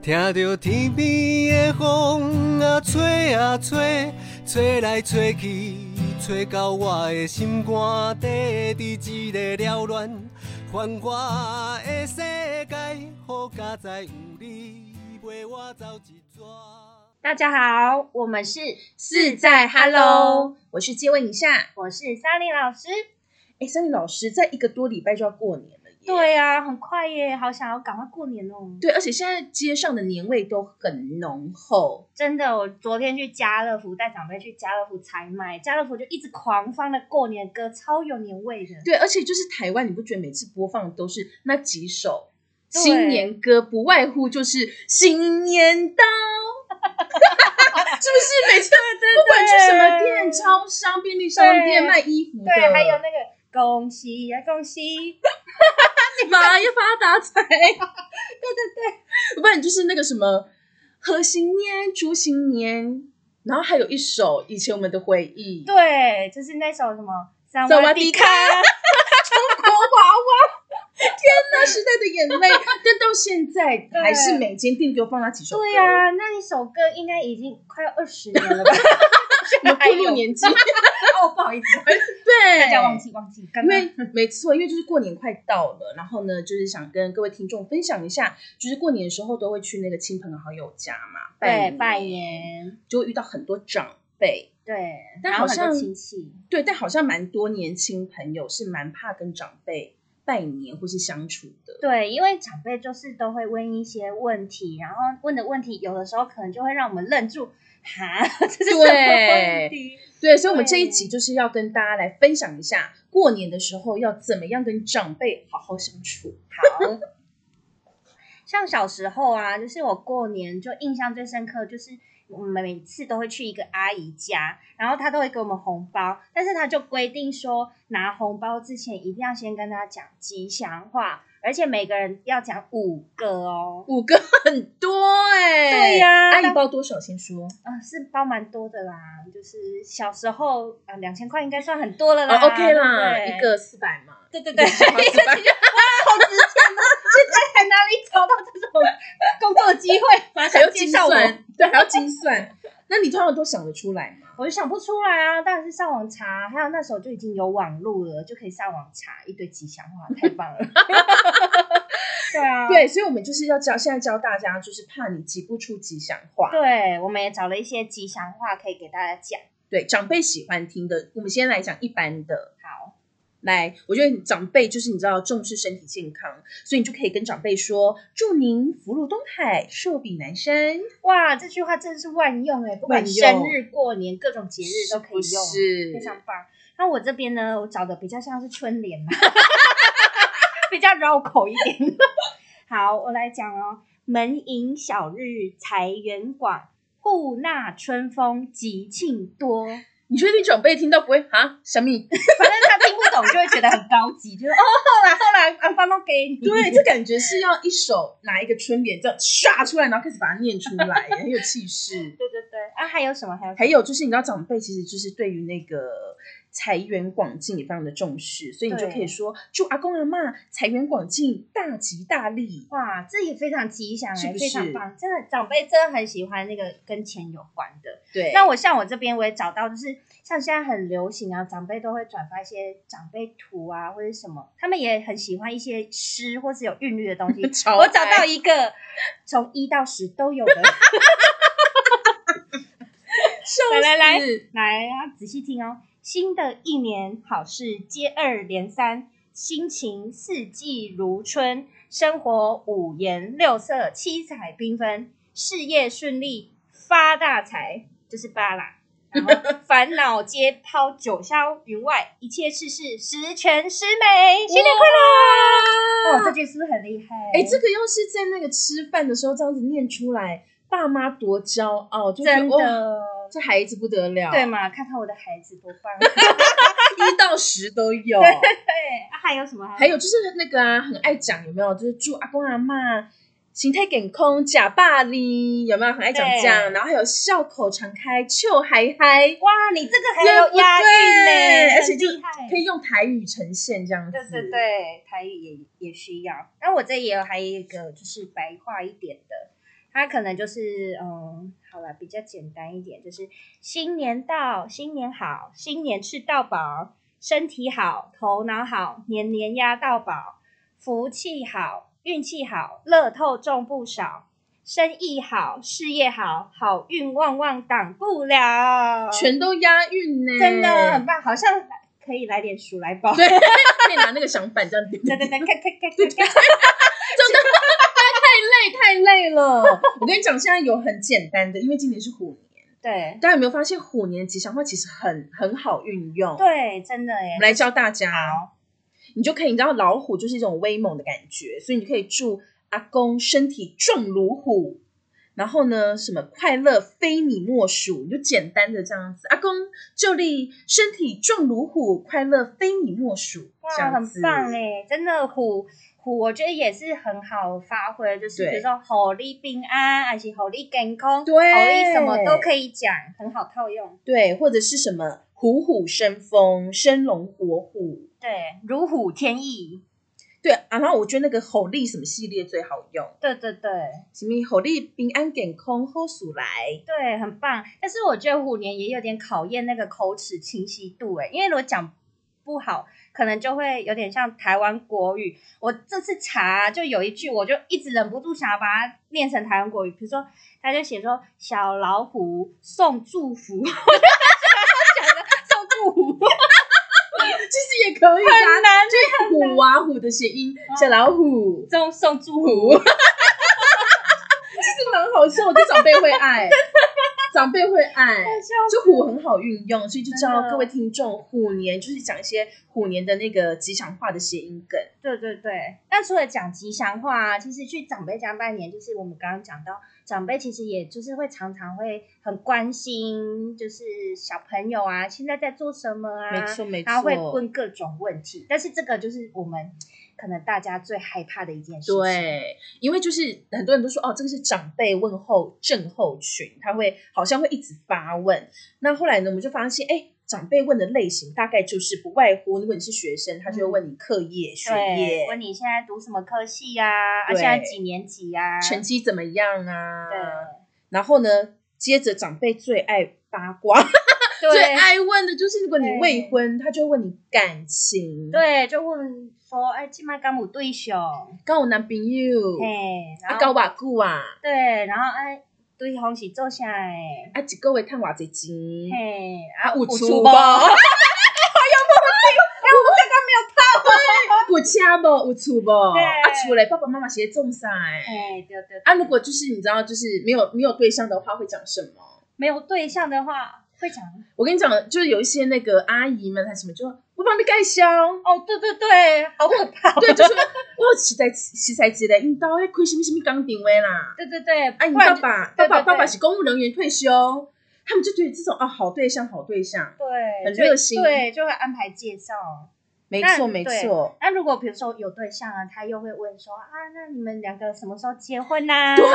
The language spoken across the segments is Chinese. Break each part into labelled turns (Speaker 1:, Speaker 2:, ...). Speaker 1: 听着天边的风啊吹啊吹，吹来吹去，吹到我的心肝底，伫一个缭乱繁华的世界，好佳哉有你陪我走一逝。
Speaker 2: 大家好，我们是
Speaker 3: 是在 Hello，我是借问一下。
Speaker 2: 我是莎莉老师。
Speaker 3: 哎，森林老师，在一个多礼拜就要过年了耶。
Speaker 2: 对啊，很快耶，好想要赶快过年哦。
Speaker 3: 对，而且现在街上的年味都很浓厚。
Speaker 2: 真的，我昨天去家乐福带长辈去家乐福采买，家乐福就一直狂放的过年歌，超有年味的。
Speaker 3: 对，而且就是台湾，你不觉得每次播放都是那几首
Speaker 2: 对
Speaker 3: 新年歌，不外乎就是新年 到，是不是？每次不管去什么店，超商、便利商店
Speaker 2: 对
Speaker 3: 卖衣服的，
Speaker 2: 对，还有那个恭喜呀、恭喜，
Speaker 3: 妈呀，啊发大财！对对对，不然就是那个什么贺新年、祝新年，然后还有一首以前我们的回忆，
Speaker 2: 对，就是那首什么“萨
Speaker 3: 瓦迪卡
Speaker 2: 卡”，
Speaker 3: 国娃娃。天哪，时代的眼 泪，但到现在还是每间店都放那几首歌。
Speaker 2: 对呀、那一首歌应该已经快要二十年 了吧？
Speaker 3: 我们步入年纪，
Speaker 2: 哦，不好意思，
Speaker 3: 对，啊
Speaker 2: 大家忘记忘记，刚
Speaker 3: 因
Speaker 2: 刚
Speaker 3: 为没错，因为就是过年快到了，然后呢，就是想跟各位听众分享一下，就是过年的时候都会去那个亲朋好友家嘛，
Speaker 2: 对拜
Speaker 3: 年，
Speaker 2: 年，
Speaker 3: 就会遇到很多长辈，
Speaker 2: 对，
Speaker 3: 但
Speaker 2: 然后
Speaker 3: 好
Speaker 2: 很多
Speaker 3: 像
Speaker 2: 亲戚，
Speaker 3: 对，但好像蛮多年轻朋友是蛮怕跟长辈拜年或是相处的，
Speaker 2: 对，因为长辈就是都会问一些问题，然后问的问题有的时候可能就会让我们愣住，哈， 这是什么
Speaker 3: 对
Speaker 2: 问题？
Speaker 3: 对，所以我们
Speaker 2: 对
Speaker 3: 这一集就是要跟大家来分享一下，过年的时候要怎么样跟长辈好好相处。
Speaker 2: 好，像小时候啊，就是我过年就印象最深刻，就是我们每次都会去一个阿姨家，然后她都会给我们红包，但是她就规定说，拿红包之前一定要先跟她讲吉祥话，而且每个人要讲五个哦。
Speaker 3: 五个很多哎、
Speaker 2: 对呀
Speaker 3: 阿姨包多少？先说。
Speaker 2: 啊、是包蛮多的啦，就是小时候啊，两千块应该算很多了啦、
Speaker 3: 哦，OK 啦，
Speaker 2: 对
Speaker 3: 一，个四百 嘛，
Speaker 2: 对对对，
Speaker 3: 一个
Speaker 2: 现
Speaker 3: 小时吧
Speaker 2: 在 哪里找到这种工作机会？马
Speaker 3: 还
Speaker 2: 上
Speaker 3: 要
Speaker 2: 介
Speaker 3: 精
Speaker 2: 绍我。
Speaker 3: 算，对，还要精算。那你通常都想得出来吗？
Speaker 2: 我就想不出来啊，当然是上网查，还有那时候就已经有网络了，就可以上网查一堆吉祥话，太棒 了。对啊，
Speaker 3: 对，所以我们就是要教，现在教大家，就是怕你挤不出吉祥话。
Speaker 2: 对，我们也找了一些吉祥话可以给大家讲。
Speaker 3: 对，长辈喜欢听的，我们先来讲一般的。
Speaker 2: 好，
Speaker 3: 来，我觉得长辈就是你知道重视身体健康，所以你就可以跟长辈说：“祝您福如东海，寿比南山。
Speaker 2: 哇，这句话真是万用哎，不管
Speaker 3: 万用
Speaker 2: 生日、过年、各种”节日都可以用，
Speaker 3: 是
Speaker 2: 非常棒。那我这边呢，我找的比较像是春联嘛， 比较绕口一点。好，我来讲哦，门迎小日财源广，户纳春风吉庆多。
Speaker 3: 你确定长辈听到不会啊？小 米，
Speaker 2: 反正他听不懂就会觉得很高级，就是哦，后来后来，安芳都给你。
Speaker 3: 对，这感觉是要一手拿一个春联这样唰出来，然后开始把它念出来，很有气势。
Speaker 2: 对对对，啊，还有什么？还有什
Speaker 3: 还
Speaker 2: 么
Speaker 3: 有就是，你知道长辈其实就是对于那个财源广进也非常的重视，所以你就
Speaker 2: 对
Speaker 3: 可以说祝阿公阿妈财源广进，大吉大利。
Speaker 2: 哇，这也非常吉祥哎、
Speaker 3: 是不是
Speaker 2: 非常棒，真的长辈真的很喜欢那个跟钱有关的。
Speaker 3: 对
Speaker 2: 那我像我这边我也找到，就是像现在很流行啊，长辈都会转发一些长辈图啊或者什么，他们也很喜欢一些诗或是有韵律的东西。
Speaker 3: 超
Speaker 2: 我找
Speaker 3: 爱
Speaker 2: 到一个从一到十都有的。
Speaker 3: 笑
Speaker 2: 来来来
Speaker 3: 死
Speaker 2: 来啊，仔细听哦。新的一年好事接二连三，心情四季如春，生活五颜六色，七彩缤纷，事业顺利，发大财，就是八啦。然后烦恼皆抛九霄云外，一切事事十全十美，新年快乐！哦，这句是不是很厉害？
Speaker 3: 哎、这个要是在那个吃饭的时候这样子念出来，爸妈多骄傲，就觉得
Speaker 2: 真的、
Speaker 3: 哦这孩子不得了，
Speaker 2: 对？嘛？看看我的孩子多棒！
Speaker 3: 一到十都有。
Speaker 2: 对，啊、还有什么？
Speaker 3: 还有就是那个啊，很爱讲有没有？就是祝阿公阿妈形态健康，假霸哩有没有？很爱讲这样，
Speaker 2: 对
Speaker 3: 然后还有笑口常开，笑嗨嗨，
Speaker 2: 哇，你这个还
Speaker 3: 对
Speaker 2: 有
Speaker 3: 不
Speaker 2: 押韵
Speaker 3: 对
Speaker 2: 呢，
Speaker 3: 而且
Speaker 2: 很
Speaker 3: 就
Speaker 2: 厉害
Speaker 3: 可以用台语呈现这样子。
Speaker 2: 对对对，台语也也需要。那我这也有还有一个就是白话一点的，它可能就是嗯，好了，比较简单一点，就是新年到，新年好，新年吃到饱，身体好，头脑好，年年压到饱，福气好，运气好，乐透中不少。生意好，事业好，好运旺旺挡不了，
Speaker 3: 全都押韵呢，
Speaker 2: 真的很棒，好像可以来点数来 宝。
Speaker 3: 嗯对，可以拿那个响板这样点，
Speaker 2: 对
Speaker 3: 真的
Speaker 2: 对对，咔咔咔咔咔。
Speaker 3: 太累太累了。我跟你讲，现在有很简单的，因为今年是虎年，
Speaker 2: 对
Speaker 3: 大家有没有发现虎年吉祥话其实很很好运用？，
Speaker 2: 对，真的耶
Speaker 3: 我们。来教大家，你就可以，你知道老虎就是一种威猛的感觉，所以你可以祝阿公身体壮如虎。然后呢，什么快乐非你莫属，你就简单的这样子。阿公就力身体壮如虎，快乐非你莫属，这
Speaker 2: 哇，
Speaker 3: 样
Speaker 2: 很
Speaker 3: 子。
Speaker 2: 棒哎！真的虎虎，我觉得也是很好发挥，就是
Speaker 3: 对
Speaker 2: 比如说吼力平安，还是吼力健康，吼
Speaker 3: 对
Speaker 2: 力什么都可以讲，很好套用。
Speaker 3: 对，或者是什么虎虎生风、生龙活虎。
Speaker 2: 对，如虎添翼。
Speaker 3: 对，啊，然后我觉得那个吼力什么系列最好用，
Speaker 2: 对对对
Speaker 3: 什么吼力平安健康好鼠来。
Speaker 2: 对，很棒。但是我觉得虎年也有点考验那个口齿清晰度哎，因为如果讲不好，可能就会有点像台湾国语。我这次查就有一句，我就一直忍不住想要把它念成台湾国语，比如说他就写说小老虎送祝福，我 就想着送祝福，
Speaker 3: 其实也可以
Speaker 2: 很
Speaker 3: 啊，
Speaker 2: 难
Speaker 3: 就是虎啊虎的谐音，小老虎，
Speaker 2: 送送祝福，
Speaker 3: 这蛮好笑，我觉得长辈会爱， 长辈会爱。 就虎很好运用，所以就
Speaker 2: 真
Speaker 3: 教
Speaker 2: 的
Speaker 3: 各位听众，虎年就是讲一些虎年的那个吉祥话的谐音梗。
Speaker 2: 对对对，那除了讲吉祥话啊，其实去长辈家拜年，就是我们刚刚讲到，长辈其实也就是会常常会很关心，就是小朋友啊，现在在做什么啊，
Speaker 3: 没错没错，
Speaker 2: 他会问各种问题，但是这个就是我们可能大家最害怕的一件事情。，
Speaker 3: 对，因为就是很多人都说哦，这个是长辈问候症候群，他会好像会一直发问。那后来呢，我们就发现，哎，长辈问的类型大概就是不外乎，如果你是学生，他就会问你课业、学
Speaker 2: 嗯对，
Speaker 3: 业、
Speaker 2: 问你现在读什么科系呀、啊？
Speaker 3: 对
Speaker 2: 现在几年级呀、啊？
Speaker 3: 成绩怎么样啊？
Speaker 2: 对
Speaker 3: 然后呢，接着长辈最爱八 卦，最
Speaker 2: 对
Speaker 3: 爱问的就是，如果你
Speaker 2: 对
Speaker 3: 未婚，他就会问你感情，，
Speaker 2: 对，就问说，哎，今麦敢有对象？
Speaker 3: 跟我男朋友，
Speaker 2: 嘿，然
Speaker 3: 啊，
Speaker 2: 后
Speaker 3: 搞瓦久啊，
Speaker 2: 对，然后哎，对方是做啥诶？
Speaker 3: 啊，一个月赚偌济钱，
Speaker 2: 嘿，
Speaker 3: 啊，有
Speaker 2: 有
Speaker 3: 出
Speaker 2: 出
Speaker 3: 包，
Speaker 2: 包
Speaker 3: 好有梦境。 哎，我们刚刚没有套。对，有车无，有厝无，
Speaker 2: 对
Speaker 3: 啊，厝嘞，爸爸妈妈是咧种啥诶？
Speaker 2: 哎，对对。
Speaker 3: 啊，如果就是你知道，就是没有没有对象的话，会讲什么？
Speaker 2: 没有对象的话，会讲
Speaker 3: 我跟你讲，就是有一些那个阿姨们还是什么，就说我帮你盖销，
Speaker 2: 哦， 对对对，好可怕。
Speaker 3: 对，就说我实在实在之类，你到迄开什么什么工定位啦？
Speaker 2: 对对对，
Speaker 3: 啊，你
Speaker 2: 不然
Speaker 3: 爸
Speaker 2: 就
Speaker 3: 爸
Speaker 2: 对
Speaker 3: 爸
Speaker 2: 对
Speaker 3: 爸
Speaker 2: 对
Speaker 3: 爸爸是公务人员退休，他们就觉得这种啊好对象好对象，
Speaker 2: 对
Speaker 3: 很
Speaker 2: 就
Speaker 3: 热心
Speaker 2: 对，就会安排介绍。
Speaker 3: 没
Speaker 2: 那
Speaker 3: 错没
Speaker 2: 对
Speaker 3: 错。
Speaker 2: 那如果比如说有对象了，他又会问说啊，那你们两个什么时候结婚呐、
Speaker 3: 对，啊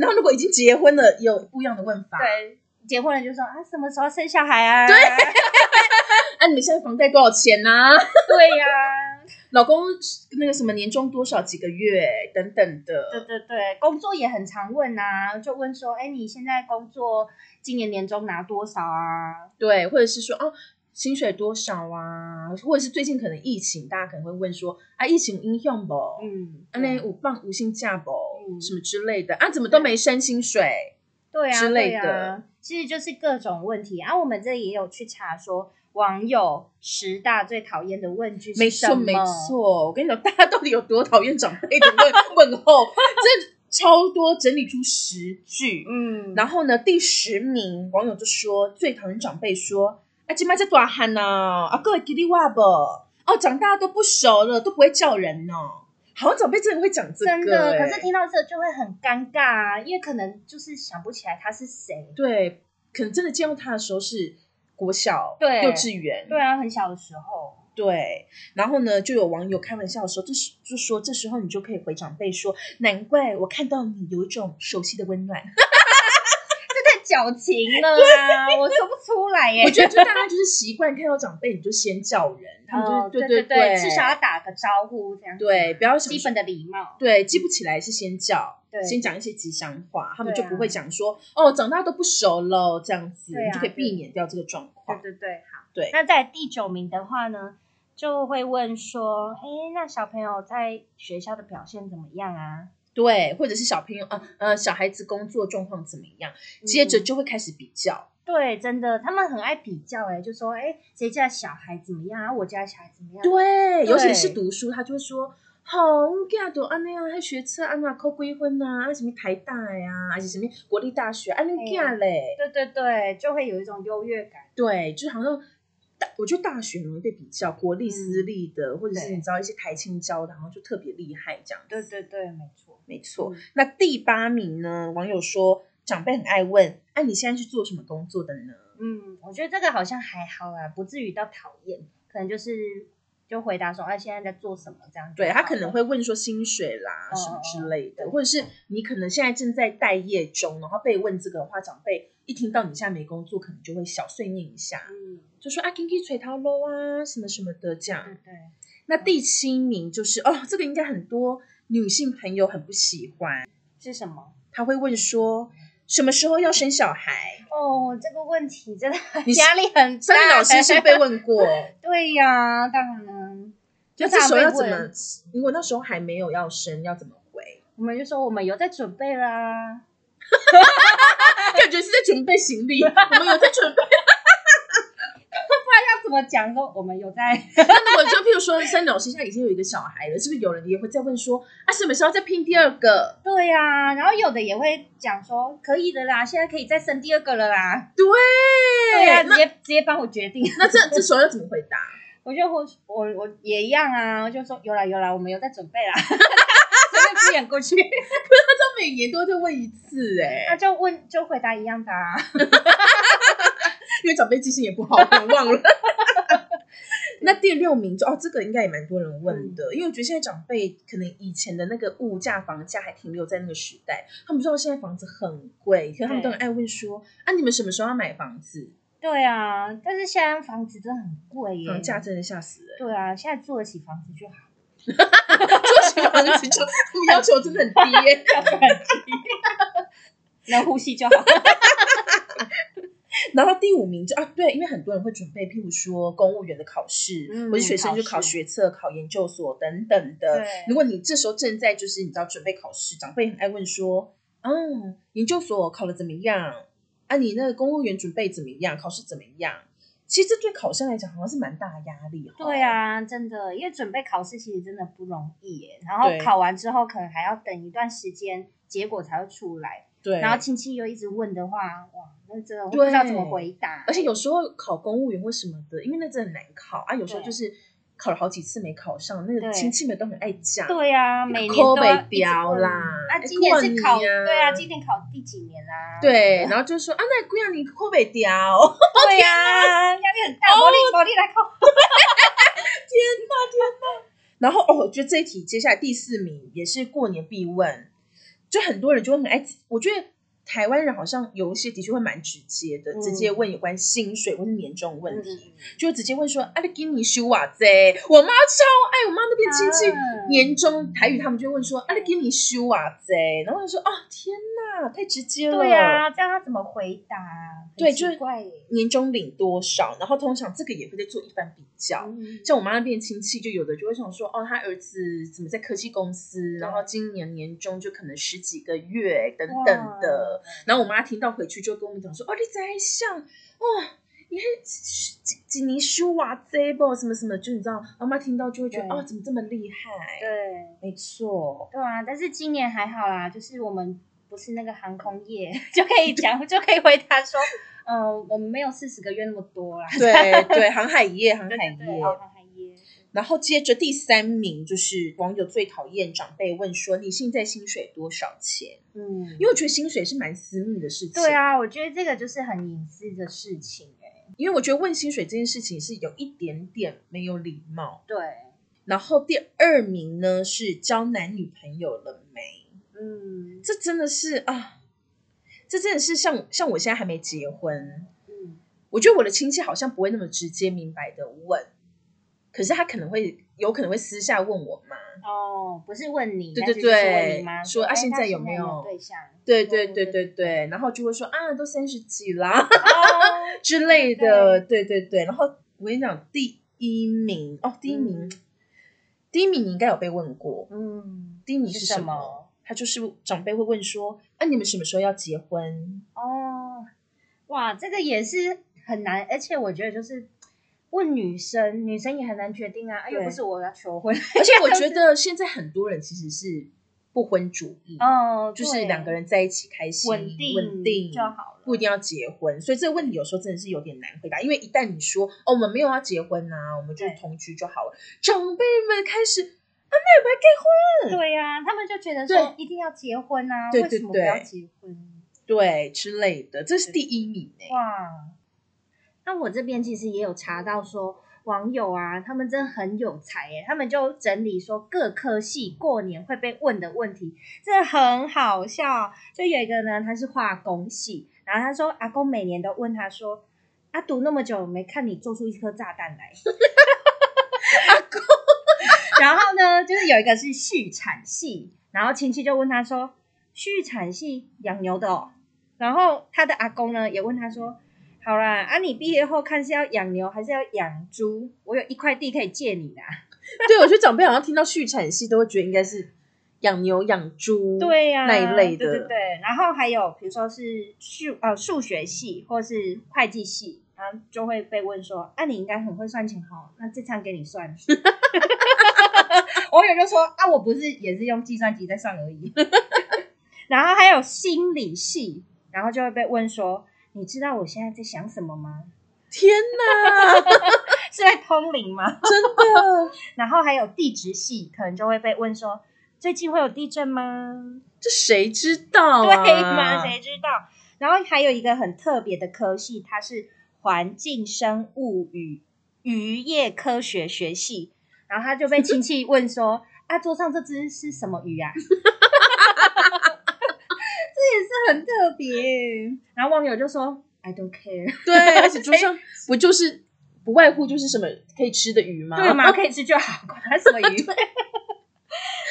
Speaker 3: 然后如果已经结婚了，有不一样的问法。，
Speaker 2: 对，结婚了就说啊，什么时候生小孩啊？
Speaker 3: 对啊，你们现在房贷多少钱呐、
Speaker 2: 对呀、
Speaker 3: 老公那个什么年终多少几个月等等
Speaker 2: 对
Speaker 3: 的。
Speaker 2: 对对，工作也很常问啊，就问说，哎，你现在工作今年年终拿多少啊？
Speaker 3: 对，或者是说哦，薪水多少啊？或者是最近可能疫情，大家可能会问说啊，疫情影响不？
Speaker 2: 嗯，
Speaker 3: 啊，那五放无薪假不？
Speaker 2: 嗯
Speaker 3: 什么之类的啊？怎么都没升薪水？
Speaker 2: 对啊
Speaker 3: 之类
Speaker 2: 对啊
Speaker 3: 的，
Speaker 2: 其实就是各种问题啊。我们这里也有去查说网友十大最讨厌的问句
Speaker 3: 没
Speaker 2: 是什
Speaker 3: 错
Speaker 2: 么？
Speaker 3: 没错，我跟你讲，大家到底有多讨厌长辈的问 问候？这超多，整理出十句。
Speaker 2: 嗯，
Speaker 3: 然
Speaker 2: 后
Speaker 3: 后呢，第十名网友就说最讨厌长辈说啊，今麦在大汉呐，啊，各位吉利话不？哦，长大都不熟了，都不会叫人哦。好像长辈真的会讲这个、
Speaker 2: 真的，
Speaker 3: 欸
Speaker 2: 可是听到这就会很尴尬啊，因为可能就是想不起来他是谁。
Speaker 3: 对，可能真的见到他的时候是国小、
Speaker 2: 对
Speaker 3: 幼稚园，
Speaker 2: 对啊，很小的时候，
Speaker 3: 对，然后呢，就有网友开玩笑说，这是就说这时候你就可以回长辈说，难怪我看到你有一种熟悉的温暖，
Speaker 2: 这太矫情了啦，啊我说不出来耶
Speaker 3: 我。觉得就大家就是习惯看到长辈你就先叫人，他们就是、
Speaker 2: 哦对
Speaker 3: 对
Speaker 2: 对，至少要打个招呼这样。
Speaker 3: 对，，不要想
Speaker 2: 基
Speaker 3: 说
Speaker 2: 本的礼貌。
Speaker 3: 对，记不起来是先叫，
Speaker 2: 对
Speaker 3: 先讲一些吉祥话，他们就
Speaker 2: 对啊
Speaker 3: 不会讲说、哦，长大都不熟喽这样子，
Speaker 2: 对啊
Speaker 3: 你就可以避免掉这个状
Speaker 2: 对
Speaker 3: 况。
Speaker 2: 对对，好。
Speaker 3: 对
Speaker 2: 那在第九名的话呢，就会问说，哎，那小朋友在学校的表现怎么样啊？
Speaker 3: 对，或者是小朋友啊呃小孩子工作状况怎么样，接着
Speaker 2: 嗯
Speaker 3: 就会开始比较。
Speaker 2: 对，真的，他们很爱比较、哎，就说，哎，谁家小孩怎么样啊？我家小孩怎么样？
Speaker 3: 对，尤其是
Speaker 2: 对
Speaker 3: 读书，他就会说。好，我囝都安尼啊，还学车安那考几分啊，啊什么台大呀、还是什么国立大学，安尼
Speaker 2: 哎
Speaker 3: 囝嘞，
Speaker 2: 对对对，就会有一种优越感。
Speaker 3: 对，就是好像大，我觉得大学容易被比较，国立、私立的，或者是
Speaker 2: 嗯对
Speaker 3: 你知道一些台青教的，然后就特别厉害这样子。
Speaker 2: 对对对，没错。
Speaker 3: 没错
Speaker 2: 嗯。
Speaker 3: 那第八名呢？网友说，长辈很爱问，哎、你现在是做什么工作的呢？
Speaker 2: 嗯，我觉得这个好像还好啦，不至于到讨厌，可能就是就回答说，哎、现在在做什么这样就好了。
Speaker 3: 对他可能会问说薪水啦、
Speaker 2: 哦
Speaker 3: 什么之类的，
Speaker 2: 对
Speaker 3: 或者是你可能现在正在待业中，然后被问这个的话，长辈一听到你现在没工作，可能就会小碎念一下，
Speaker 2: 嗯，
Speaker 3: 就说啊，给你水桃喽啊，什么什么的这样。
Speaker 2: 对对，
Speaker 3: 那第七名就是哦，这个应该很多女性朋友很不喜欢，
Speaker 2: 是什么？
Speaker 3: 他会问说什么时候要生小孩？
Speaker 2: 哦，这个问题真的
Speaker 3: 你
Speaker 2: 压力很大。
Speaker 3: 三位老师是 被问 过，
Speaker 2: 对呀、当然，
Speaker 3: 就
Speaker 2: 就
Speaker 3: 这时候要
Speaker 2: 常被
Speaker 3: 怎么
Speaker 2: 问？
Speaker 3: 如果那时候还没有要生，要怎么回？
Speaker 2: 我们就说我们有在准备啦。
Speaker 3: 感觉是在准备行李， 我们有在准备。
Speaker 2: 要怎么讲都我们有在，
Speaker 3: 那我就譬如说，三老师现在已经有一个小孩了，是不是有人也会再问说啊，什么时候再拼第二个？
Speaker 2: 对呀、然后有的也会讲说可以的啦，现在可以再生第二个了啦。
Speaker 3: 对，
Speaker 2: 对呀、直
Speaker 3: 那
Speaker 2: 接直接帮我决定。
Speaker 3: 那这这时候要怎么回答？
Speaker 2: 我就我我我也一样啊，我就说有啦有啦，我们有在准备啦， 随便敷衍过去，
Speaker 3: 他每年都会问一次、哎
Speaker 2: 那就问就回答一样的啊。
Speaker 3: 因为长辈记性也不好，可能忘了。 那第六名就哦，这个应该也蛮多人问的，因为我觉得现在长辈可能以前的那个物价、房价还停留在那个时代，他们知道现在房子很贵，可是他们都很爱问说啊，你们什么时候要买房子？
Speaker 2: 对啊，但是现在房子真的很贵耶，
Speaker 3: 房价真的吓死人，
Speaker 2: 对啊，现在住得起房子就好。
Speaker 3: 做起房子就他们要求真的很低耶、
Speaker 2: 能呼吸就好。
Speaker 3: 然后第五名就啊，对，因为很多人会准备，譬如说公务员的考试，
Speaker 2: 嗯
Speaker 3: 或者学生就考
Speaker 2: 考试
Speaker 3: 学测、考研究所等等的
Speaker 2: 对。
Speaker 3: 如果你这时候正在就是你知道准备考试，长辈很爱问说，嗯，研究所考的怎么样？啊，你那个公务员准备怎么样？考试怎么样？其实这对考生来讲好像是蛮大的压力哈。
Speaker 2: 对，啊，真的，因为准备考试其实真的不容易耶。然后
Speaker 3: 对
Speaker 2: 考完之后，可能还要等一段时间，结果才会出来。
Speaker 3: 对，
Speaker 2: 然后亲戚又一直问的话，哇，那真的我不知道怎么回答。
Speaker 3: 而且有时候考公务员或什么的，因为那真的很难考啊，有时候
Speaker 2: 对
Speaker 3: 就是考了好几次没考上，那个
Speaker 2: 对
Speaker 3: 亲戚们都很爱讲。
Speaker 2: 对呀、每年
Speaker 3: 抠
Speaker 2: 都要
Speaker 3: 北雕啦
Speaker 2: 那今年是考
Speaker 3: 哎过年啊
Speaker 2: 对啊，今年考第几年啦、
Speaker 3: 对，然后就说啊，那姑娘你会不会屌？
Speaker 2: 对
Speaker 3: 啊
Speaker 2: 呀、压力很大。
Speaker 3: 哦
Speaker 2: 保利保利来考，
Speaker 3: 然后哦，我觉得这一题接下来第四名也是过年必问，就很多人就会很爱，我觉得台湾人好像有一些的确会蛮直接的，
Speaker 2: 嗯
Speaker 3: 直接问有关薪水或是年终问
Speaker 2: 嗯
Speaker 3: 题，就直接问说啊，你给你修瓦子？我妈超爱，我妈那边亲戚。
Speaker 2: 啊
Speaker 3: 年终台语，他们就会问说：“啊，你给你修瓦子？”然后我就说：“哦，天哪，太直接了。”
Speaker 2: 对啊呀、这样要怎么回答？很
Speaker 3: 对
Speaker 2: 奇
Speaker 3: 就是
Speaker 2: 怪耶。
Speaker 3: 年终领多少？然后通常这个也会在做一番比较。
Speaker 2: 嗯
Speaker 3: 像我妈那边亲戚，就有的就会想说，哦，他儿子怎么在科技公司，然后今年年终就可能十几个月等等的。然后我妈听到回去就跟我们讲说，哦，你在想，哦，你看几几年修啊，这不什么什么，就你知道，妈妈听到就会觉得，
Speaker 2: 对
Speaker 3: 哦，怎么这么厉害？
Speaker 2: 对。
Speaker 3: 没 错，
Speaker 2: 对啊，但是今年还好啦，就是我们不是那个航空业， 就可以讲，就可以回答说，呃，我们没有四十个月那么多啦。
Speaker 3: 对对，航海业，航海
Speaker 2: 对，
Speaker 3: 业。
Speaker 2: 哦，航海业。
Speaker 3: 然后接着第三名就是网友最讨厌长辈问说你现在薪水多少钱？
Speaker 2: 嗯，
Speaker 3: 因为我觉得薪水是蛮私密的事情。
Speaker 2: 对啊，我觉得这个就是很隐私的事情哎、
Speaker 3: 因为我觉得问薪水这件事情是有一点点没有礼貌。
Speaker 2: 对，
Speaker 3: 然后第二名呢是交男女朋友了没？
Speaker 2: 嗯，
Speaker 3: 这真的是啊，这真的是像像我现在还没结婚，
Speaker 2: 嗯
Speaker 3: 我觉得我的亲戚好像不会那么直接明白的问，可是他可能会有可能会私下问我妈。
Speaker 2: 哦，不是问你，
Speaker 3: 对
Speaker 2: 但
Speaker 3: 对
Speaker 2: 是就是
Speaker 3: 对
Speaker 2: 问你妈
Speaker 3: 说啊
Speaker 2: 哎
Speaker 3: 现
Speaker 2: 他
Speaker 3: 在
Speaker 2: 现
Speaker 3: 有
Speaker 2: 在
Speaker 3: 没
Speaker 2: 有
Speaker 3: 有
Speaker 2: 对象？
Speaker 3: 对
Speaker 2: 对对
Speaker 3: 对对
Speaker 2: 对
Speaker 3: 对对，然后就会说啊，都三十几啦
Speaker 2: 哦
Speaker 3: 之类的，对对对。然后我跟你讲，第一名哦，第一名，第一名你应该有被问过，
Speaker 2: 嗯，
Speaker 3: 第一名
Speaker 2: 是
Speaker 3: 是
Speaker 2: 什
Speaker 3: 什么？他就是长辈会问说，啊，你们什么时候要结婚？
Speaker 2: 哦，哇，这个也是很难，而且我觉得就是问女生，女生也很难决定啊，哎，又
Speaker 3: 对
Speaker 2: 不是我要求 婚，
Speaker 3: 而且我觉得现在很多人其实是不婚主义，
Speaker 2: 哦，
Speaker 3: 就是两个
Speaker 2: 人
Speaker 3: 人在一起开心、
Speaker 2: 稳定
Speaker 3: 稳定
Speaker 2: 就好了，
Speaker 3: 不一定要结婚，所以这个问题有时候真的是有点难回答，因为一旦你说哦，我们没有要结婚啊，我们就是
Speaker 2: 对
Speaker 3: 同居就好了，长辈们开始啊，那有没有结婚？
Speaker 2: 对呀、他们就觉得说一定要结婚啊，
Speaker 3: 对
Speaker 2: 为什
Speaker 3: 对
Speaker 2: 么不要
Speaker 3: 对
Speaker 2: 结婚？
Speaker 3: 对之类的，这是第一名哎、
Speaker 2: 哇，欸那我这边其实也有查到说。网友啊，他们真的很有才耶！他们就整理说各科系过年会被问的问题，真的很好笑。就有一个呢，他是化工系，然后他说阿公每年都问他说：“啊，读那么久没看你做出一颗炸弹来。”阿公，然后呢，就是有一个是畜产系，然后亲戚就问他说：“畜产系养牛的哦。”然后他的阿公呢也问他说：“好啦，啊，你毕业后看是要养牛还是要养猪？我有一块地可以借你啊啦。
Speaker 3: 对，我觉得长辈好像听到畜产系都会觉得应该是养牛、养猪，
Speaker 2: 对呀、
Speaker 3: 那一类
Speaker 2: 对
Speaker 3: 的
Speaker 2: 对对。然后还有比如说是数呃数学系或是会计系，然后就会被问说，啊，你应该很会算钱哦，那这餐给你 算。我有就说啊，我不是也是用计算机在算而已。 然后还有心理系，然后就会被问说，你知道我现在在想什么吗？
Speaker 3: 天哪，
Speaker 2: 是在通灵吗？
Speaker 3: 真的，
Speaker 2: 然后还有地质系，可能就会被问说，最近会有地震吗？
Speaker 3: 这谁知道、啊？
Speaker 2: 对吗？ 谁知道？然后还有一个很特别的科系，它是环境生物与渔业科学学系。然后他就被亲戚问说：“啊，桌上这只是什么鱼啊？” 这也是很特别。然后网友就说：“I don't care，
Speaker 3: 对，而且 桌上不就是不外乎就是什么可以吃的鱼吗？
Speaker 2: 对啊 吗？可以吃就好，管它什么 鱼。”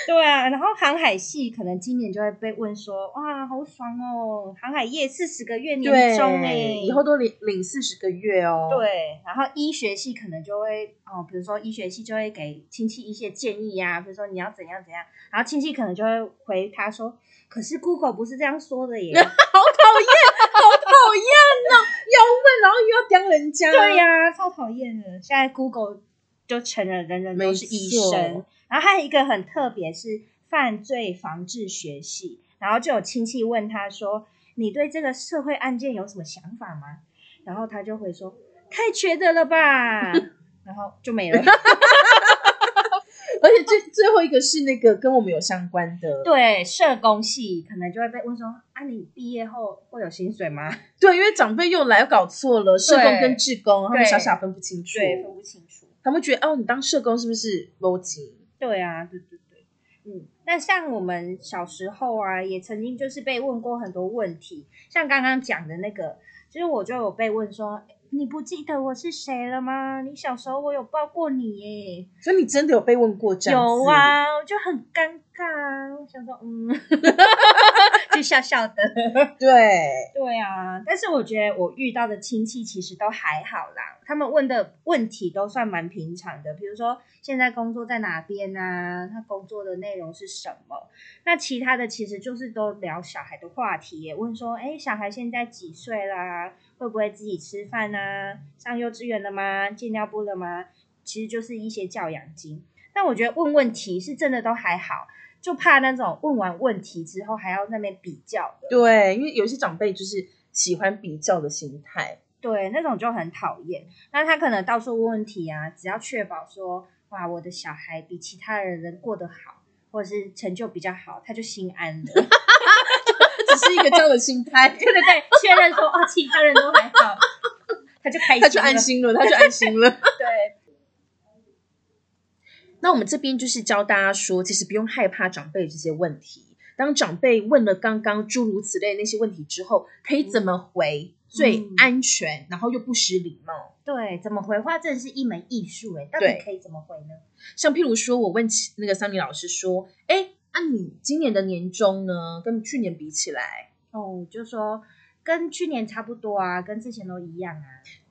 Speaker 2: 对啊，然后航海系可能今年就会被问说：“哇，好爽哦！航海业四十个月年终哎、
Speaker 3: 对，以后都领领四十个月哦。，
Speaker 2: 对，然后医学系可能就会哦，比如说医学系就会给亲戚一些建议啊呀、比如说你要怎样怎样，然后亲戚可能就会回他说，可是 Google 不是这样说的耶。
Speaker 3: 讨厌哦，要问然后又要刁人家。
Speaker 2: 对、呀、超讨厌的。现在 Google 就成了人人都是医
Speaker 3: 没
Speaker 2: 生
Speaker 3: 错，
Speaker 2: 然后还有一个很特别是犯罪防治学系，然后就有亲戚问他说：“你对这个社会案件有什么想法吗？”然后他就会说：“太缺德了吧。” 然后就没 了。
Speaker 3: 而且最最后一个是那个跟我们有相关的，
Speaker 2: 对，社工系可能就会被问说：“啊，你毕业后会有薪水吗
Speaker 3: 对，因为长辈又来搞错了，社工跟志工，他们傻傻分不清？”楚，
Speaker 2: 对，分不清楚。
Speaker 3: 他们觉得哦，你当社工是不是逻辑？
Speaker 2: 对啊，对对对，嗯，那像我们小时候啊，也曾经就是被问过很多问题，像刚刚讲的那个，就是我就有被问说：“你不记得我是谁了吗？你小时候我有抱过你耶。”
Speaker 3: 所以你真的有被问过这样子
Speaker 2: 有，啊，我就很尴尬，我想说，嗯， 就笑笑的。
Speaker 3: 对，
Speaker 2: 对啊，但是我觉得我遇到的亲戚其实都还好啦，他们问的问题都算蛮平常的，比如说现在工作在哪边啊，他工作的内容是什么？那其他的其实就是都聊小孩的话题耶，问说，哎，小孩现在几岁啦？会不会自己吃饭啊？上幼稚园了吗？进尿布了吗？其实就是一些教养经。但我觉得问问题是真的都还好，就怕那种问完问题之后还要那边比较的。
Speaker 3: 对，因为有些长辈就是喜欢比较的心态，
Speaker 2: 对，那种就很讨厌。那他可能到处问问题啊，只要确保说，哇，我的小孩比其他人过得好，或者是成就比较好，他就心安了。 对
Speaker 3: 只是一个这样的心态，
Speaker 2: 对对，确认说，哦，其他人都还好，他就开心，
Speaker 3: 他就安。心了，他就安心了。
Speaker 2: 对，
Speaker 3: 那我们这边就是教大家说，其实不用害怕长辈这些问题。当长辈问了刚刚诸如此类那些问题之后，可以怎么回最安全，然后又不失礼貌？
Speaker 2: 对，怎么回话真的是一门艺术哎，到
Speaker 3: 对
Speaker 2: 底可以怎么回呢？
Speaker 3: 像譬如说，我问其那个桑尼老师说：“哎，啊，你今年的年终呢，跟去年比起来，
Speaker 2: 哦，就说跟去年差不多啊，跟之前都一样啊。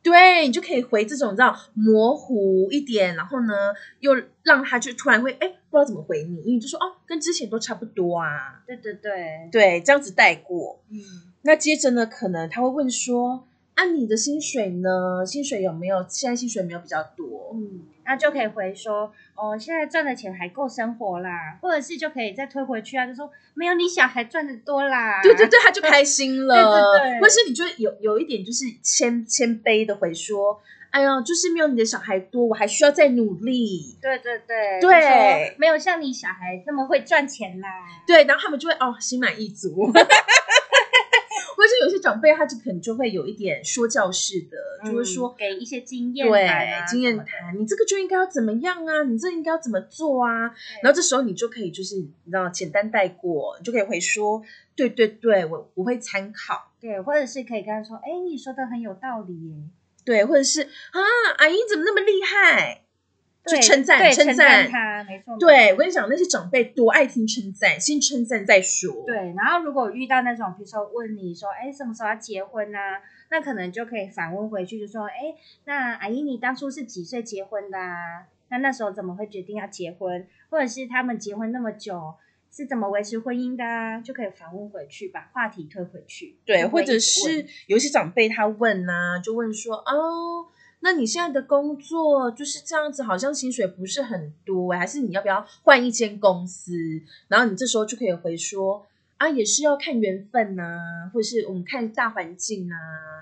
Speaker 3: 对你就可以回这种你知道模糊一点，然后呢，又让他就突然会哎，不知道怎么回你，因为你就说哦，跟之前都差不多啊，
Speaker 2: 对对对，
Speaker 3: 对，这样子带过。
Speaker 2: 嗯，
Speaker 3: 那接着呢，可能他会问说：啊，你的薪水呢？薪水有没有？现在薪水有没有比较多？
Speaker 2: 嗯，那就可以回说，哦，现在赚的钱还够生活啦，或者是就可以再推回去啊，就说没有你小孩赚的多啦。
Speaker 3: 对对对，他就开心 了。
Speaker 2: 对对对
Speaker 3: 或是你就有有一点就是谦谦卑的回说，哎呀，就是没有你的小孩多，我还需要再努力。
Speaker 2: 对对对，
Speaker 3: 对
Speaker 2: 就说没有像你小孩那么会赚钱啦。
Speaker 3: 对，然后他们就会哦心满意足。 或是有些长辈，他就可能就会有一点说教式的，就会说，
Speaker 2: 嗯给一些经验
Speaker 3: 对
Speaker 2: 谈啊，
Speaker 3: 经验谈，你这个就应该要怎么样啊？你这应该要怎么做啊？然后这时候你就可以就是你知道简单带过，你就可以回说，对对对，我我会参考，
Speaker 2: 对，或者是可以跟他说，哎，你说的很有道理耶。
Speaker 3: 对，或者是啊，阿姨怎么那么厉害？就
Speaker 2: 对
Speaker 3: 称赞
Speaker 2: 对
Speaker 3: 称
Speaker 2: 称
Speaker 3: 赞
Speaker 2: 他，没错，没错
Speaker 3: 对我跟你讲，那些长辈多爱听称赞，先称赞再说。
Speaker 2: 对。然后如果遇到那种，比如说问你说，哎，什么时候要结婚啊？那可能就可以反问回去，就说，哎，那阿姨你当初是几岁结婚的啊？那那时候怎么会决定要结婚？或者是他们结婚那么久，是怎么维持婚姻的啊？就可以反问回去，把话题推回去。
Speaker 3: 对，
Speaker 2: 就不
Speaker 3: 或
Speaker 2: 会
Speaker 3: 者
Speaker 2: 一直问
Speaker 3: 是有一些长辈他问呐、就问说哦，那你现在的工作就是这样子，好像薪水不是很多、欸还是你要不要换一间公司？然后你这时候就可以回说啊，也是要看缘分呐、或者是我们看大环境呐、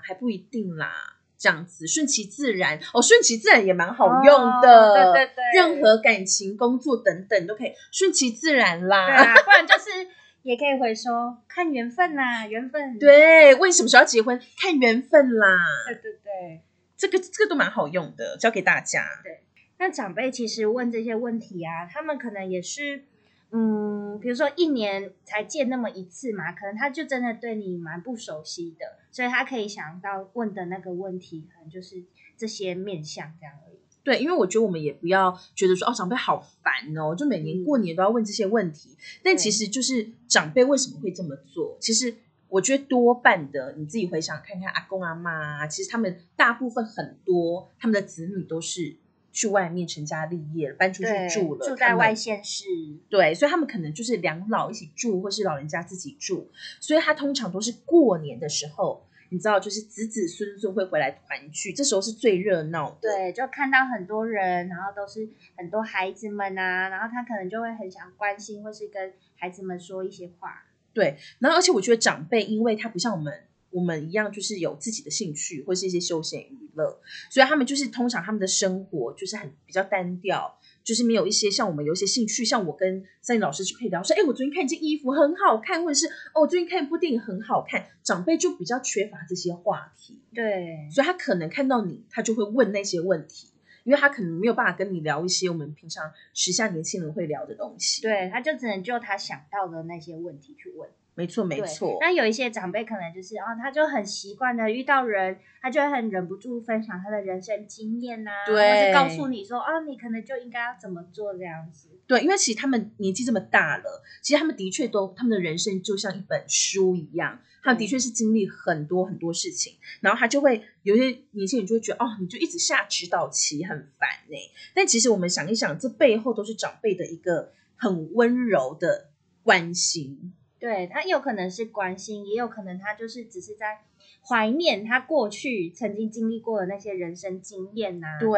Speaker 3: 还不一定啦。这样子顺其自然哦，顺其自然也蛮好用的，
Speaker 2: 哦对对对
Speaker 3: 任何感情、工作等等都可以顺其自然啦。
Speaker 2: 对啊，不然就是也可以回说看缘分呐、缘分。
Speaker 3: 对，问什么时候要结婚，看缘分啦。
Speaker 2: 对对对。
Speaker 3: 这个这个都蛮好用的，教给大家。
Speaker 2: 那长辈其实问这些问题啊，他们可能也是，嗯，比如说一年才见那么一次嘛，可能他就真的对你蛮不熟悉的，所以他可以想到问的那个问题，可能就是这些面向这样而已。
Speaker 3: 对，因为我觉得我们也不要觉得说哦，长辈好烦哦，就每年过年都要问这些问题。但其实就是长辈为什么会这么做？其实我觉得多半的，你自己回想看看，阿公阿妈啊，其实他们大部分很多他们的子女都是去外面成家立业了，搬出去住了，
Speaker 2: 住
Speaker 3: 他
Speaker 2: 在
Speaker 3: 们
Speaker 2: 外县市，
Speaker 3: 对，所以他们可能就是两老一起住，或是老人家自己住，所以他通常都是过年的时候，你知道，就是子子孙孙会回来团聚，这时候是最热闹的。，
Speaker 2: 对，就看到很多人，然后都是很多孩子们啊，然后他可能就会很想关心，或是跟孩子们说一些话。
Speaker 3: 然后而且我觉得长辈，因为他不像我们。我们一样就是有自己的兴趣或是一些休闲娱乐，所以他们就是通常他们的生活就是很比较单调，就是没有一些像我们有一些兴趣，像我跟三林老师就可以聊说，哎，我昨天看一件衣服很好看，或者是哦，我最近看一部电影很好看，长辈就比较缺乏这些话题。
Speaker 2: 对，
Speaker 3: 所以他可能看到你，他就会问那些问题，因为他可能没有办法跟你聊一些我们平常时下年轻人会聊的东西。，
Speaker 2: 对，他就只能就他想到的那些问题去问。
Speaker 3: 没错，没
Speaker 2: 对
Speaker 3: 错。
Speaker 2: 那有一些长辈可能就是哦，他就很习惯的遇到人，他就会很忍不住分享他的人生经验呐、或
Speaker 3: 对
Speaker 2: 是告诉你说哦，你可能就应该要怎么做这样子。
Speaker 3: 对，因为其实他们年纪这么大了，其实他们的确都，他们的人生就像一本书一样，他们的确是经历很多很多事情，然后他就会有些年轻人就会觉得，哦，你就一直下指导棋很烦呢、但其实我们想一想，这背后都是长辈的一个很温柔的关心。
Speaker 2: 对他有可能是关心，也有可能他就是只是在怀念他过去曾经经历过的那些人生经验呐、
Speaker 3: 对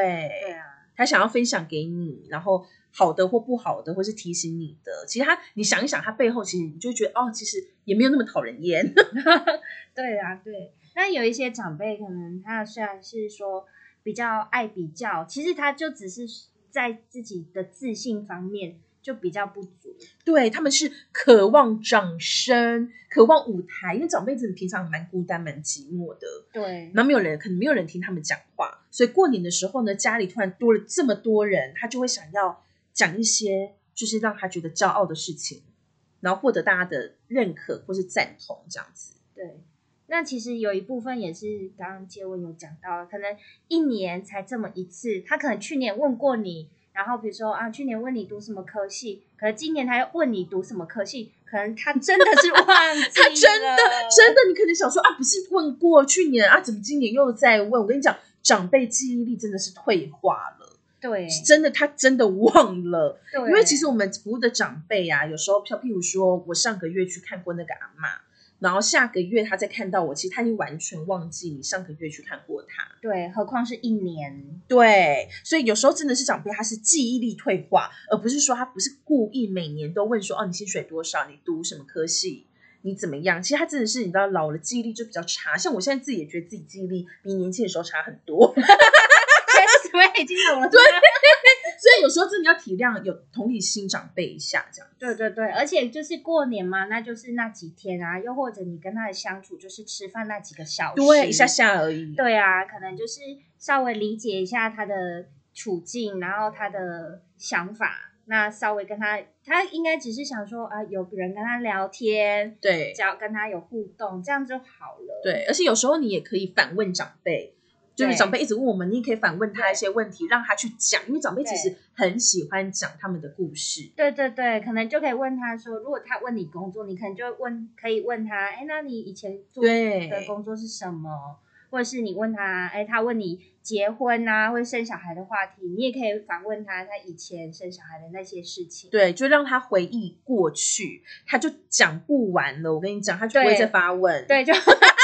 Speaker 2: 对啊，
Speaker 3: 他想要分享给你，然后好的或不好的，或是提醒你的。其实他，你想一想，他背后其实你就会觉得，哦，其实也没有那么讨人厌。
Speaker 2: 对啊，对。那有一些长辈可能他虽然是说比较爱比较，其实他就只是在自己的自信方面就比较不足。
Speaker 3: 对他们是渴望掌声，渴望舞台，因为长辈真的平常蛮孤单、蛮寂寞的，
Speaker 2: 对
Speaker 3: 然后没有人，可能没有人听他们讲话，所以过年的时候呢，家里突然多了这么多人，他就会想要讲一些就是让他觉得骄傲的事情。然后获得大家的认可或是赞同这样子。
Speaker 2: 对，那其实有一部分也是刚刚接问有讲到，可能一年才这么一次，他可能去年问过你，然后比如说啊，去年问你读什么科系，可是今年他又问你读什么科系，可能他真的 是忘记
Speaker 3: 他真的
Speaker 2: 了
Speaker 3: 真的，你可能想说啊，不是问过去年啊，怎么今年又在问？我跟你讲，长辈记忆力真的是退化了，
Speaker 2: 对
Speaker 3: 是真的，他真的忘了。
Speaker 2: 对，
Speaker 3: 因为其实我们服务的长辈啊，有时候像譬如说，我上个月去看过那个阿嬷，然后下个月他再看到我，其实他已经完全忘记你上个月去看过他。
Speaker 2: 对，何况是一 年，
Speaker 3: 对，所以有时候真的是长辈，他是记忆力退化，而不是说他不是故意每年都问说哦，你薪水多少，你读什么科系，你怎么样？其实他真的是你知道老了记忆力就比较差，像我现在自己也觉得自己记忆力比年轻的时候差很 多，
Speaker 2: 所以已经有了对
Speaker 3: 所以有时候真的要体谅，有同理心长辈一下这样。
Speaker 2: 对对对，而且就是过年嘛，那就是那几天啊，又或者你跟他的相处就是吃饭那几个小时，
Speaker 3: 对，一下下而已。
Speaker 2: 对啊，可能就是稍微理解一下他的处境，然后他的想法，那稍微跟他，他应该只是想说啊，有人跟他聊天，
Speaker 3: 对
Speaker 2: 只要跟他有互动，这样就好了。
Speaker 3: 对，而且有时候你也可以反问长辈，就是
Speaker 2: 对
Speaker 3: 长辈一直问我们，你也可以反问他
Speaker 2: 对
Speaker 3: 一些问题，让他去讲，因为长辈其
Speaker 2: 对
Speaker 3: 实很喜欢讲他们的故事。
Speaker 2: 对对对，可能就可以问他说，如果他问你工作，你可能就问，可以问他，哎，那你以前做
Speaker 3: 对
Speaker 2: 的工作是什么？或者是你问他，哎，他问你结婚啊，或生小孩的话题，你也可以反问他他以前生小孩的那些事情。
Speaker 3: 对，就让他回忆过去，他就讲不完了。我跟你讲，他就不会
Speaker 2: 对
Speaker 3: 再发问。
Speaker 2: 对，就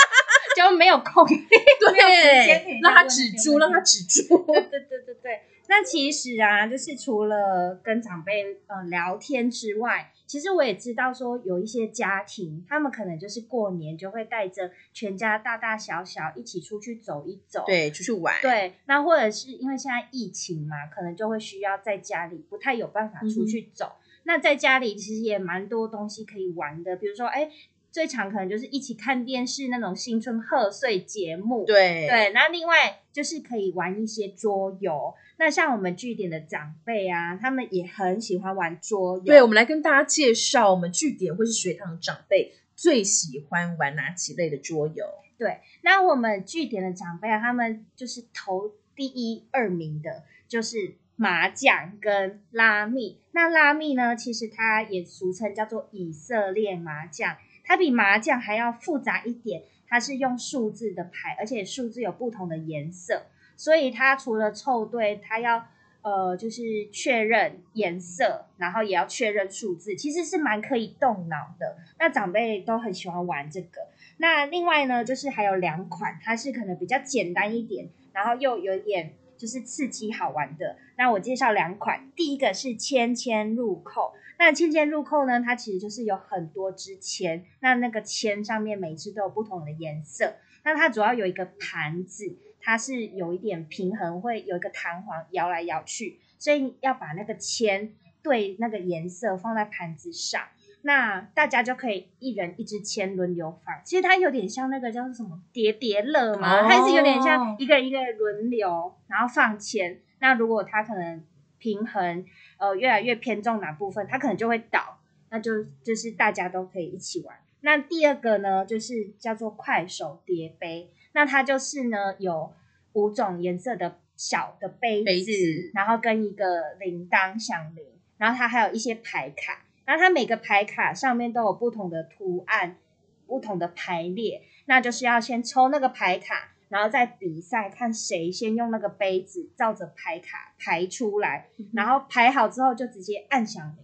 Speaker 2: 就没有空。间可以
Speaker 3: 对，让
Speaker 2: 再
Speaker 3: 他
Speaker 2: 问
Speaker 3: 止
Speaker 2: 那些
Speaker 3: 住，
Speaker 2: 问
Speaker 3: 让
Speaker 2: 题
Speaker 3: 他止住。
Speaker 2: 对对对对对。那其实啊，就是除了跟长辈呃聊天之外，其实我也知道说有一些家庭，他们可能就是过年就会带着全家大大小小一起出去走一走。。
Speaker 3: 对，出去玩。
Speaker 2: 对，那或者是因为现在疫情嘛，可能就会需要在家里，不太有办
Speaker 3: 嗯
Speaker 2: 法出去走。那在家里其实也蛮多东西可以玩的，比如说，哎，最常可能就是一起看电视那种新春贺岁节目。
Speaker 3: 对
Speaker 2: 对，那另外就是可以玩一些桌游。那像我们据点的长辈啊，他们也很喜欢玩桌游。
Speaker 3: 对，我们来跟大家介绍，我们据点或是学堂的长辈最喜欢玩哪几类的桌游？
Speaker 2: 对，那我们据点的长辈啊，他们就是投第一、二名的，就是麻将跟拉密。那拉密呢，其实它也俗称叫做以色列麻将，它比麻将还要复杂一点，它是用数字的牌，而且数字有不同的颜色，所以它除了凑对，它要。呃，就是确认颜色，然后也要确认数字，其实是蛮可以动脑的。那长辈都很喜欢玩这个。那另外呢，就是还有两款，它是可能比较简单一点，然后又有一点就是刺激好玩的。那我介绍两款，第一个是千千入扣。那千千入扣呢，它其实就是有很多支签，那那个签上面每一支都有不同的颜色。那它主要有一个盘子，它是有一点平衡，会有一个弹簧摇来摇去，所以要把那个签对那个颜色放在盘子上。那大家就可以一人一支签轮流放。其实它有点像那个叫做什么叠叠乐嘛，
Speaker 3: 哦
Speaker 2: 它是有点像一个一个轮流，然后放签。那如果它可能平衡呃越来越偏重哪部分，它可能就会倒，那就就是大家都可以一起玩。那第二个呢，就是叫做快手叠杯，那它就是呢有五种颜色的小的杯子，
Speaker 3: 杯子
Speaker 2: 然后跟一个铃铛响铃，然后它还有一些牌卡，然后它每个牌卡上面都有不同的图案、不同的排列，那就是要先抽那个牌卡，然后再比赛看谁先用那个杯子照着牌卡排出来，然后排好之后就直接按响铃。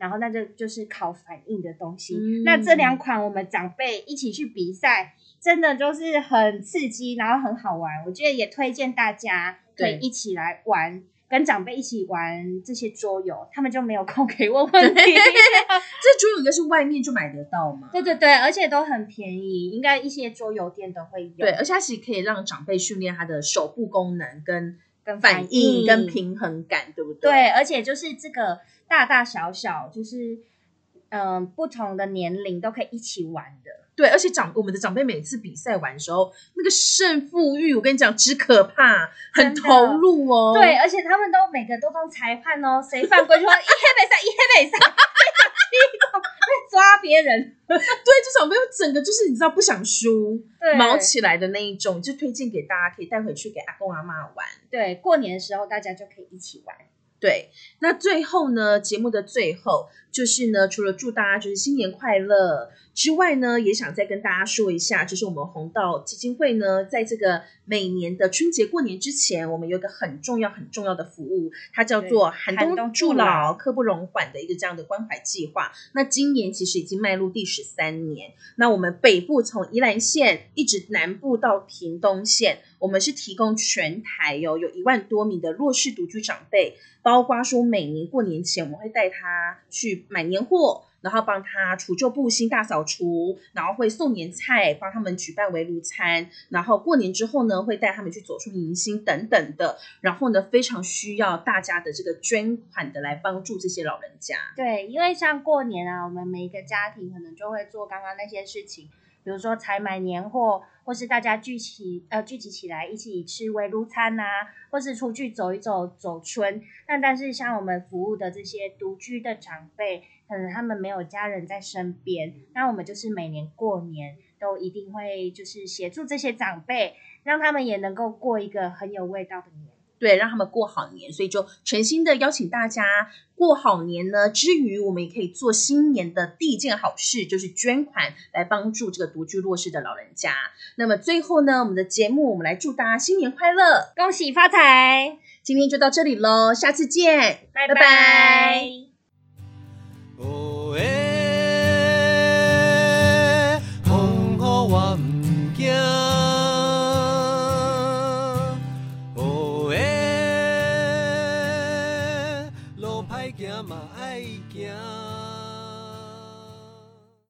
Speaker 2: 然后那就就是考反应的东西。
Speaker 3: 嗯
Speaker 2: 那这两款我们长辈一起去比赛，真的就是很刺激，然后很好玩。我觉得也推荐大家可以
Speaker 3: 对
Speaker 2: 一起来玩，跟长辈一起玩这些桌游，他们就没有空可以问问题。
Speaker 3: 这桌游应该是外面就买得到吗？
Speaker 2: 对对对，而且都很便宜，应该一些桌游店都会有。
Speaker 3: 对，而且它其实可以让长辈训练他的手部功能、跟
Speaker 2: 跟
Speaker 3: 反
Speaker 2: 反
Speaker 3: 应、
Speaker 2: 应
Speaker 3: 跟平衡感，对不对？
Speaker 2: 对，而且就是这个大大小小，就是嗯、呃不同的年龄都可以一起玩的。
Speaker 3: 对，而且长我们的长辈每次比赛完的时候，那个胜负欲，我跟你讲之可怕，
Speaker 2: 真
Speaker 3: 很
Speaker 2: 的
Speaker 3: 投入哦。
Speaker 2: 对，而且他们都每个都当裁判哦，谁犯规就说一黑北上，一黑北上，抓别人，
Speaker 3: 对，这种没有整个就是你知道不想输，
Speaker 2: 对，
Speaker 3: 毛起来的那一种，就推荐给大家可以带回去给阿公阿妈玩。
Speaker 2: 对，过年的时候大家就可以一起玩。
Speaker 3: 对，那最后呢，节目的最后就是呢，除了祝大家就是新年快乐之外呢，也想再跟大家说一下，就是我们红道基金会呢，在这个每年的春节过年之前，我们有一个很重要很重要的服务，它叫做寒
Speaker 2: 寒冬
Speaker 3: 冬
Speaker 2: 助
Speaker 3: 助
Speaker 2: 老
Speaker 3: 老刻不容缓的一个这样的关怀计划。那今年其实已经迈入第十三年，那我们北部从宜兰县一直南部到屏东县，我们是提供全台哦，有一万多名的弱势独居长辈，包括说每年过年前我们会带他去买年货。然后帮他除旧布新、大扫除，然后会送年菜，帮他们举办围炉餐，然后过年之后呢，会带他们去走出迎新等等的，然后呢，非常需要大家的这个捐款的来帮助这些老人家。
Speaker 2: 对，因为像过年啊，我们每一个家庭可能就会做刚刚那些事情，比如说采买年货，或是大家聚起呃聚集起来一起吃围炉餐呐、或是出去走一走走春。那但是像我们服务的这些独居的长辈，可能他们没有家人在身边，那我们就是每年过年都一定会就是协助这些长辈，让他们也能够过一个很有味道的年。
Speaker 3: 对，让他们过好年，所以就诚心的邀请大家过好年呢。之余，我们也可以做新年的第一件好事，就是捐款来帮助这个独居弱势的老人家。那么最后呢，我们的节目我们来祝大家新年快乐，
Speaker 2: 恭喜发财，
Speaker 3: 今天就到这里喽，下次见，
Speaker 2: 拜拜
Speaker 1: 哦耶，风雨我毋惊。哦耶，路歹行嘛爱行。